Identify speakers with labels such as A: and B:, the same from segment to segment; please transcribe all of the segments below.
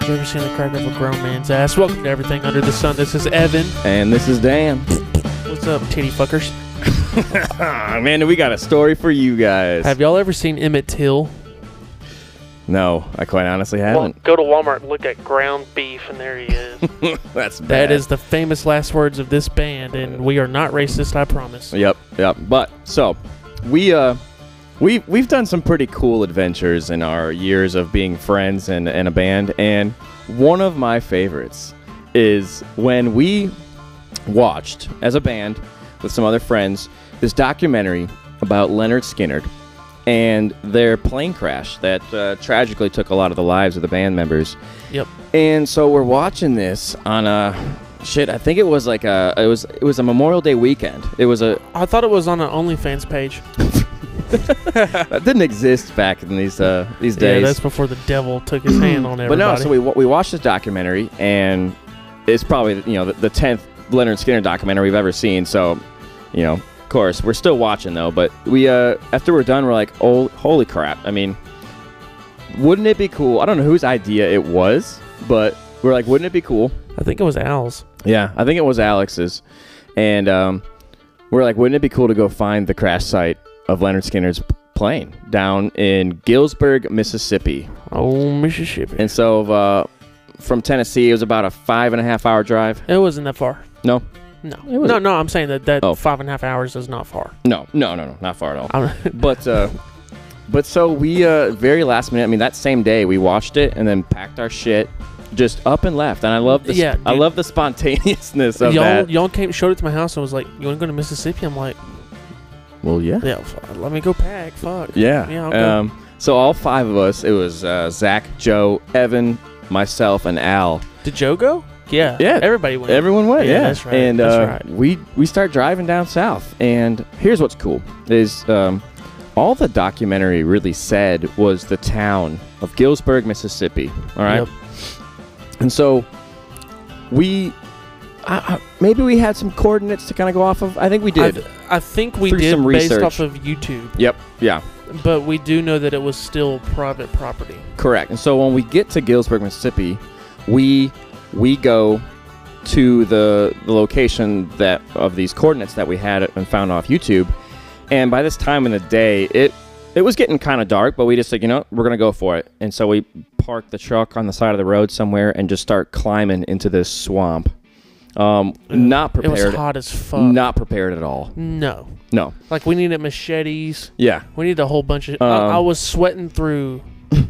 A: crack of a grown man's ass. Welcome to Everything Under the Sun. This is Evan.
B: And this is Dan.
A: What's up, titty fuckers?
B: Ah, man, we got a story for you guys.
A: Have y'all ever seen Emmett Till?
B: no, I quite honestly haven't.
A: go to Walmart and look at ground beef, and there he is.
B: That's bad.
A: that is the famous last words of this band, and we are not racist, I promise.
B: Yep, yep. But so we uh we we've done some pretty cool adventures in our years of being friends and in a band, and one of my favorites is when we watched as a band with some other friends this documentary about Leonard Skinner and their plane crash that uh, tragically took a lot of the lives of the band members.
A: Yep.
B: And so we're watching this on a shit. I think it was like a it was it was a Memorial Day weekend. It was a
A: I thought it was on an OnlyFans page.
B: that didn't exist back in these uh, these
A: Yeah,
B: days.
A: that's before the devil took his hand on
B: but
A: everybody.
B: no, so we wa- we watched this documentary, and it's probably you know the- the tenth Leonard Skinner documentary we've ever seen. So, you know, of course, we're still watching though. But we uh, after we're done, we're like, oh, holy crap! I mean, wouldn't it be cool? I don't know whose idea it was, but we're like, wouldn't it be cool?
A: I think it was Al's.
B: Yeah, I think it was Alex's, and um, we're like, wouldn't it be cool to go find the crash site of Leonard Skinner's p- plane down in Gillsburg, Mississippi?
A: Oh, Mississippi.
B: And so, uh, from Tennessee, it was about a five and a half hour drive.
A: It wasn't that far.
B: No,
A: No.
B: It was-
A: No, no, I'm saying that that
B: Oh.
A: five and a half hours is not far.
B: no, no, no, no, not far at all.
A: I'm,
B: But uh, but so we uh, very last minute. I mean, that same day we watched it and then packed our shit, just up and left. And I love the sp-
A: Yeah,
B: I
A: dude.
B: love the spontaneousness of
A: y'all,
B: that.
A: y'all came, showed it to my house, and was like, "You want to go to Mississippi?" I'm like,
B: Well, yeah.
A: "Yeah, f- let me go pack." Fuck.
B: Yeah.
A: Yeah, okay.
B: Um, so all five of us, it was uh, Zach, Joe, Evan, myself, and Al.
A: Did Joe go? Yeah.
B: Yeah.
A: Everybody went.
B: Everyone went.
A: Yeah,
B: Yeah,
A: that's right,
B: And
A: that's
B: uh,
A: right.
B: we we start driving down south. And here's what's cool is um, all the documentary really said was the town of Gillsburg, Mississippi. All right.
A: Yep.
B: And so we. I, I, maybe we had some coordinates to kind of go off of. I think we
A: I,
B: did.
A: th- I think we
B: Through
A: did
B: some
A: based
B: research.
A: off of YouTube,
B: yep. Yeah.
A: but we do know that it was still private property.
B: Correct. And so when we get to Gillsburg, Mississippi, we we go to the the location that of these coordinates that we had and found off YouTube. And by this time in the day, it it was getting kind of dark, but we just said, you know, we're gonna go for it. And so we parked the truck on the side of the road somewhere and just start climbing into this swamp. Um, not prepared.
A: It was hot as fuck.
B: Not prepared at all.
A: No.
B: No.
A: Like we needed machetes.
B: Yeah.
A: We needed a whole bunch of.
B: Um,
A: I, I was sweating through.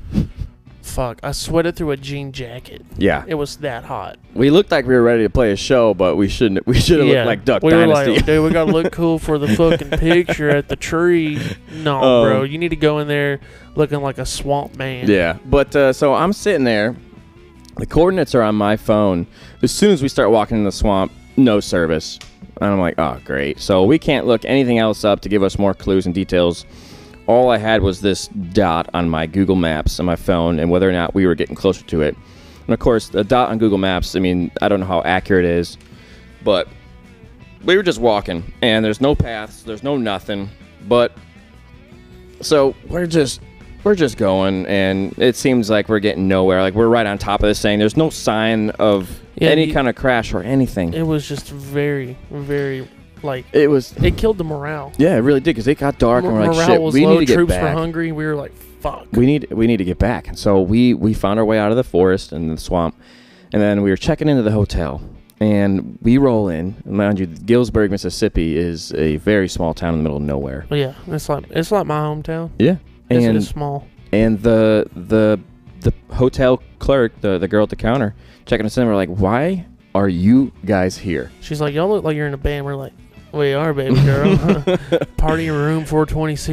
A: fuck! I sweated through a jean jacket.
B: Yeah.
A: It was that hot.
B: We looked like we were ready to play a show, but we shouldn't. We should have looked like Duck
A: we
B: Dynasty.
A: were like, dude, we gotta look cool for the fucking picture at the tree. No,
B: Um,
A: bro, you need to go in there looking like a swamp man.
B: Yeah, but uh, so I'm sitting there. The coordinates are on my phone. As soon as we start walking in the swamp, no service. And I'm like, oh, great. So we can't look anything else up to give us more clues and details. All I had was this dot on my Google Maps on my phone and whether or not we were getting closer to it. And of course, the dot on Google Maps, I mean, I don't know how accurate it is, but we were just walking and there's no paths, there's no nothing. But so we're just we're just going and it seems like we're getting nowhere like we're right on top of this thing there's no sign of
A: Yeah,
B: any
A: you-
B: kind of crash or anything
A: It was just very, very like
B: it was
A: it killed the morale.
B: yeah it really did because it got dark and
A: Mor-
B: we're like
A: morale
B: shit
A: was
B: we
A: low.
B: need to get
A: Troops were
B: back
A: hungry. We were like, fuck.
B: we need we need to get back and so we we found our way out of the forest and the swamp and then we were checking into the hotel and we roll in mind you gillsburg mississippi is a very small town in the middle of nowhere
A: But yeah, it's like it's like my hometown.
B: yeah
A: It's,
B: and
A: it's small.
B: and the the the hotel clerk, the the girl at the counter checking us in, we're like, why are you guys here?
A: She's like, y'all look like you're in a band. We're like, we are, baby girl. Party room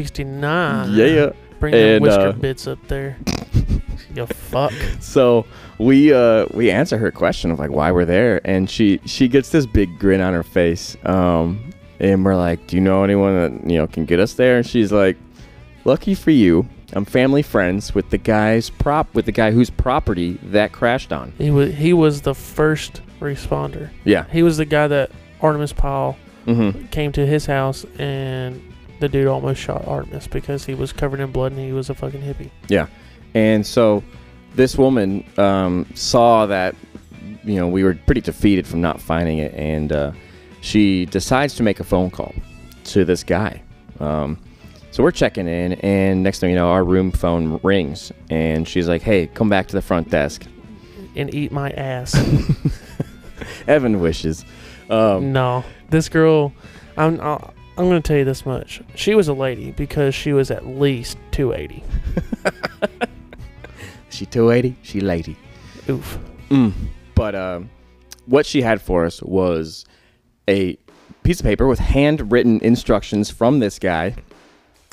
A: 42069. Bring them
B: And,
A: whisker
B: uh,
A: bits up there. you fuck.
B: So we uh we answer her question of like why we're there, and she she gets this big grin on her face. Um, and we're like, do you know anyone that you know can get us there? And she's like, lucky for you. I'm family friends with the guy's prop with the guy whose property that crashed on.
A: He was he was the first responder.
B: Yeah.
A: He was the guy that Artemis Powell
B: Mm-hmm.
A: came to his house and the dude almost shot Artemis because he was covered in blood and he was a fucking hippie.
B: And so this woman um, saw that you know we were pretty defeated from not finding it, and uh, she decides to make a phone call to this guy. Um, so we're checking in, and next thing you know, our room phone rings, and she's like, "Hey, come back to the front desk."
A: and eat my ass.
B: Evan wishes. Um,
A: no, this girl, I'm I'll, I'm gonna tell you this much. She was a lady because she was at least 280.
B: she 280. She lady.
A: Oof.
B: Mm. But um, what she had for us was a piece of paper with handwritten instructions from this guy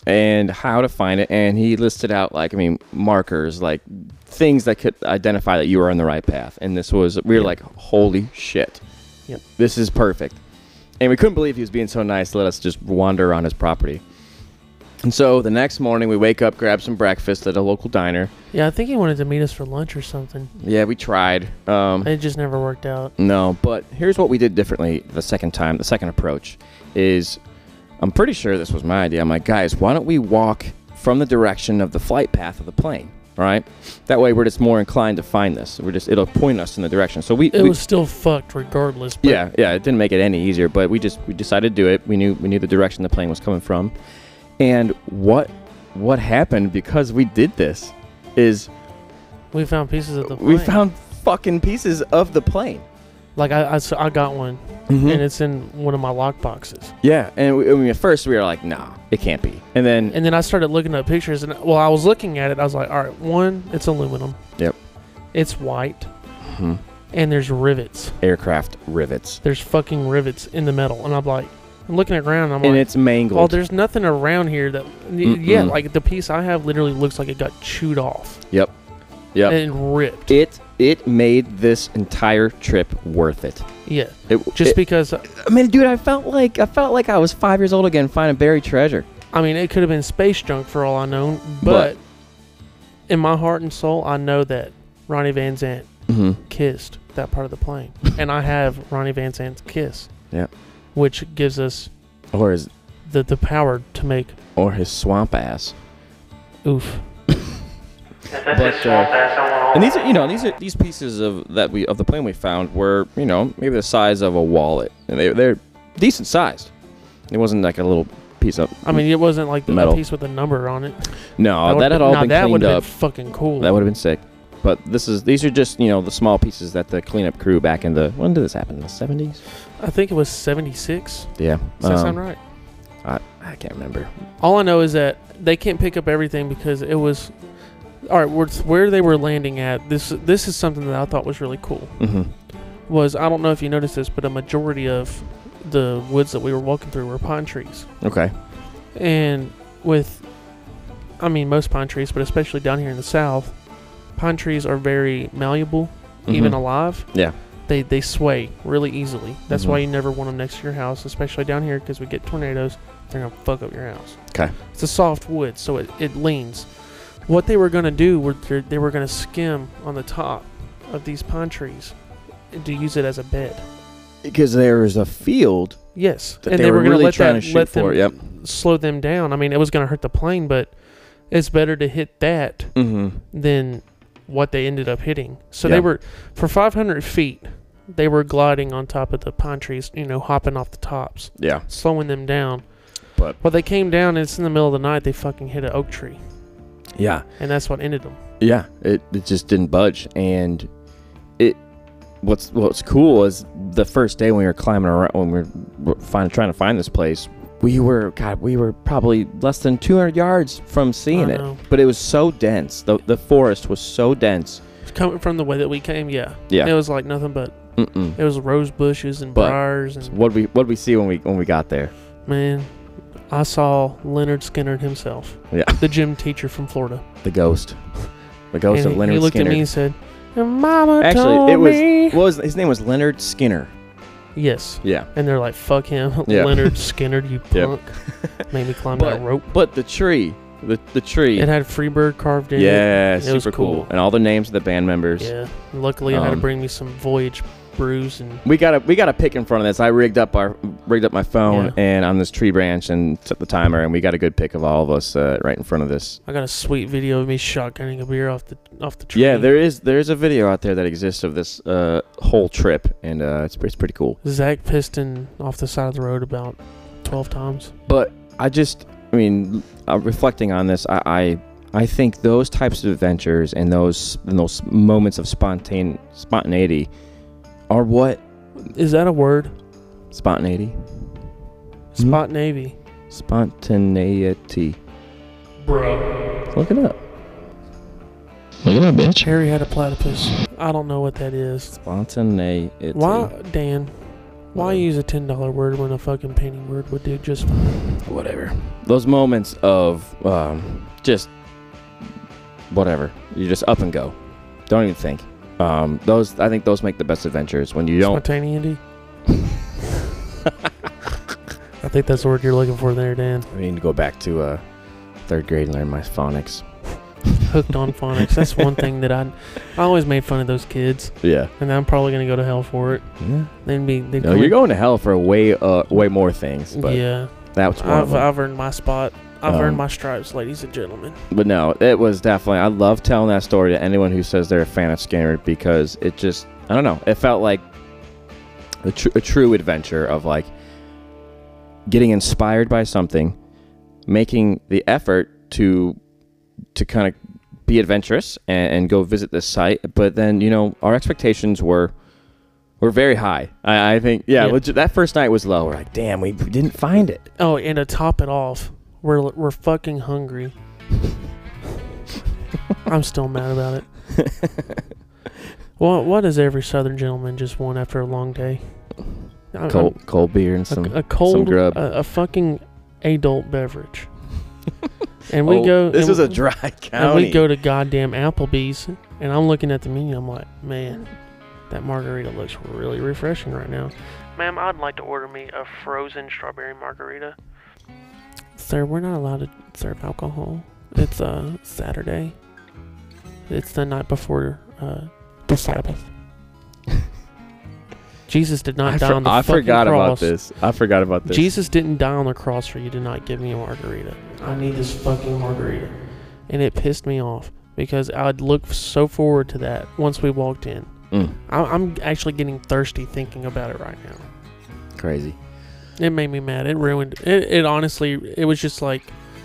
B: and how to find it. And he listed out, like, I mean, markers, like things that could identify that you were on the right path. And this was, we were like, holy shit.
A: Yep.
B: This is perfect. And we couldn't believe he was being so nice to let us just wander on his property. And so the next morning, we wake up, grab some breakfast at a local diner.
A: Yeah, I think he wanted to meet us for lunch or something.
B: Yeah, we tried. Um,
A: It just never worked out.
B: No, but here's what we did differently the second time. The second approach is I'm pretty sure this was my idea. I'm like, guys, why don't we walk from the direction of the flight path of the plane? All right. That way we're just more inclined to find this. We're just it'll point us in the direction. So we,
A: It
B: we
A: was still fucked regardless. But
B: yeah, yeah, it didn't make it any easier, but we just we decided to do it. We knew we knew the direction the plane was coming from. And what what happened because we did this is
A: we found pieces of the.
B: we
A: plane.
B: found fucking pieces of the plane.
A: like I, I s- I got one
B: Hmm?
A: and it's in one of my lock boxes.
B: Yeah, and we, I mean, at first we were like, "Nah, it can't be." And then,
A: And then I started looking up pictures and while I was looking at it, I was like, all right, one, it's aluminum.
B: Yep.
A: It's white
B: Mhm.
A: and there's rivets.
B: aircraft rivets,
A: There's fucking rivets in the metal, and I'm like, I'm looking at ground. I'm
B: and
A: like,
B: it's mangled.
A: well, there's nothing around here that, y- yeah,
B: Mm-mm.
A: like the piece I have literally looks like it got chewed off
B: yep, yep.
A: and ripped.
B: it it made this entire trip worth it.
A: yeah,
B: It
A: just
B: it-
A: because
B: I mean, dude, I felt like I felt like I was five years old again, finding buried treasure.
A: I mean, it could have been space junk for all I know, but,
B: But-
A: in my heart and soul, I know that Ronnie Van Zant
B: hmm
A: Mm-hmm. kissed that part of the plane, and I have Ronnie Van Zant's kiss.
B: Yep.
A: which gives us
B: Or his
A: the the power to make
B: or his swamp ass.
A: oof.
B: But uh, and these are you know these are these pieces of that we of the plane we found were you know maybe the size of a wallet, and they they're decent sized. It wasn't like a little piece of
A: I mean, it wasn't like the,
B: Metal.
A: a piece with a number on it.
B: no
A: would've
B: that had
A: been-
B: all
A: nah,
B: been
A: that
B: cleaned
A: would've
B: up.
A: Been fucking cool.
B: That would have been sick. But this is these are just you know the small pieces that the cleanup crew back in the when did this happen? The seventies.
A: I think it was 76.
B: Yeah,
A: Does that sound
B: um,
A: right?
B: I, I can't remember.
A: All I know is that they can't pick up everything because it was. All right, where, where they were landing at this this is something that I thought was really cool.
B: hmm
A: Was I don't know if you noticed this, but a majority of the woods that we were walking through were pine trees,
B: Okay.
A: and with, I mean most pine trees, but especially down here in the south, pine trees are very malleable, even
B: Mhm.
A: alive.
B: Yeah.
A: They, they sway really easily. That's
B: Mhm.
A: why you never want them next to your house, especially down here, because we get tornadoes. They're gonna fuck up your house.
B: 'Kay.
A: It's a soft wood, so it, it leans. What they were gonna do were they're- they were gonna skim on the top of these pine trees to use it as a bed.
B: because there is a field
A: Yes,
B: that they, were, really trying to shoot
A: them
B: for. Yep.
A: slow them down. I mean, it was gonna hurt the plane, but it's better to hit that
B: Mm-hmm.
A: than what they ended up hitting. So
B: Yeah.
A: they were for 500 feet, they were gliding on top of the pine trees, you know, hopping off the tops,
B: Yeah.
A: slowing them down.
B: But-
A: well, they came down, and it's in the middle of the night. They fucking hit an oak tree,
B: Yeah.
A: and that's what ended them.
B: Yeah. It it just didn't budge, and it what's what's cool is the first day when we were climbing around when we were find, trying to find this place. We were God. We were probably less than 200 yards from seeing
A: I
B: it.
A: know.
B: but it was so dense. The the forest was so dense.
A: Coming from the way that we came, yeah,
B: Yeah.
A: it was like nothing but
B: Mm-mm.
A: it was rose bushes and
B: But-
A: briars,
B: So
A: and
B: What we what we see when we when we got there?
A: man, I saw Leonard Skinner himself,
B: Yeah.
A: the gym teacher from Florida.
B: The ghost, the ghost
A: and
B: of
A: he-
B: Leonard
A: he looked
B: Skinner.
A: at me and said, "And "Mama told
B: Actually, it was
A: me."
B: what was his name was Leonard Skinner.
A: yes,
B: Yeah,
A: And they're like, fuck him.
B: Yeah.
A: Leonard Skinner, you
B: Yep.
A: punk. Made me climb
B: But-
A: that rope.
B: but the tree, the the tree.
A: It had Freebird carved in
B: yeah,
A: it
B: super
A: was
B: cool.
A: cool.
B: and all the names of the band members.
A: it. Yeah. Luckily, I had to
B: Um,
A: bring me some Voyage bruised and
B: We got a we got a pick in front of this. I rigged up our rigged up my phone
A: Yeah.
B: and on this tree branch and set the timer, and we got a good pick of all of us uh, right in front of this.
A: I got a sweet video of me shotgunning a beer off the off the tree.
B: Yeah, there is there is a video out there that exists of this uh, whole trip, and uh, it's it's pretty cool.
A: Zach piston off the side of the road about twelve times.
B: But I just, I mean, uh, reflecting on this, I, I, I think those types of adventures and those and those moments of spontane spontaneity are what
A: Is that a word?
B: spontaneity, Hmm?
A: Spot Navy.
B: spontaneity.
A: Bro.
B: Look it up.
C: Look at that bitch.
A: Harry had a platypus. I don't know what that is.
B: Spontaneity. Um,
A: Why, Dan?
B: Uh,
A: Why use a ten dollar word when a fucking painting word would do just fine?
B: Whatever. Those moments of um, just whatever. You just up and go. Don't even think. Um, those I think those make the best adventures when you don't.
A: Spontaneity. I think that's the word you're looking for there, Dan.
B: I need to go back to uh, third grade and learn my phonics.
A: Hooked on phonics. That's one thing that I, I always made fun of those kids,
B: Yeah.
A: and I'm probably gonna go to hell for it.
B: yeah.
A: Then be they'd
B: No,
A: come
B: you're
A: in-
B: going to hell for way uh, way more things, but
A: yeah,
B: that was one of
A: I've,
B: them.
A: I've earned my spot. I've
B: Um,
A: earned my stripes, ladies and gentlemen.
B: But no, it was definitely. I love telling that story to anyone who says they're a fan of Skinner because it just, I don't know, it felt like a, tr- a true adventure of like getting inspired by something, making the effort to to kind of be adventurous and, and go visit this site. But then you know, our expectations were were very high. I, I think, yeah,
A: Yeah.
B: Legit, that first night was low. We're like, damn, we we didn't find it.
A: Oh, and to top it off, we're we're fucking hungry. I'm still mad about it. What what does every Southern gentleman just want after a long day? I- I'm-
B: cold cold beer and
A: a,
B: some
A: a cold,
B: grub.
A: A, a fucking adult beverage. and we go.
B: Oh, This
A: and
B: is a
A: we-
B: dry
A: And
B: county.
A: we go to goddamn Applebee's, and I'm looking at the menu. I'm like, man, that margarita looks really refreshing right now. Ma'am, I'd like to order me a frozen strawberry margarita. Sir, we're not allowed to serve alcohol. It's uh Saturday. It's the night before uh, the Sabbath. Jesus did not
B: I,
A: die
B: for-
A: on the
B: I
A: fucking
B: forgot about
A: cross.
B: this. I forgot about this.
A: Jesus didn't die on the cross for you to not give me a margarita. I need this fucking margarita. And it pissed me off because I'd look so forward to that once we walked in.
B: Mm,
A: I- I'm actually getting thirsty thinking about it right now.
B: crazy.
A: It made me mad. It ruined it. It honestly, it was just like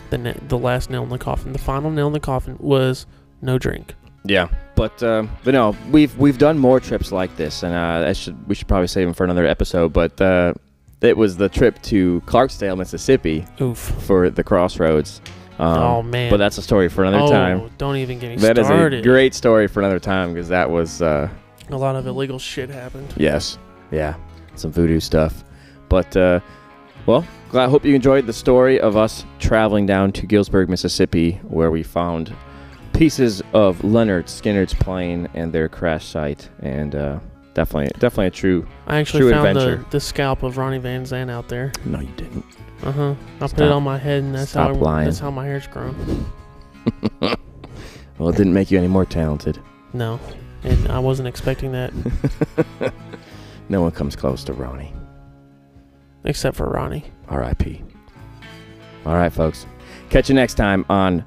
A: the na- the last nail in the coffin. The final nail in the coffin was no drink.
B: Yeah, but uh, but no, we've we've done more trips like this, and uh, I should we should probably save them for another episode. But uh, it was the trip to Clarksdale, Mississippi,
A: Oof.
B: for the Crossroads. Um,
A: oh man.
B: But that's a story for another
A: oh,
B: time.
A: Don't even get me
B: That is
A: started.
B: a great story for another time because that was uh,
A: a lot of illegal shit happened.
B: Yes. Yeah. Some voodoo stuff. But, uh, well, glad- I hope you enjoyed the story of us traveling down to Gillsburg, Mississippi, where we found pieces of Leonard Skinner's plane and their crash site. And uh, definitely, definitely a true.
A: I actually
B: True
A: found the,
B: adventure.
A: the scalp of Ronnie Van Zant out there.
B: No, you didn't.
A: Uh huh. I put it
B: Stop-
A: on my head, and that's
B: stop
A: how I,
B: lying.
A: that's how my hair's grown.
B: Well, it didn't make you any more talented.
A: No, and I wasn't expecting that,
B: No one comes close to Ronnie.
A: except for Ronnie.
B: R.I.P. All right, folks. Catch you next time on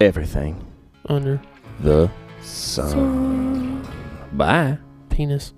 B: everything.
A: Under
B: The sun. Bye.
A: penis.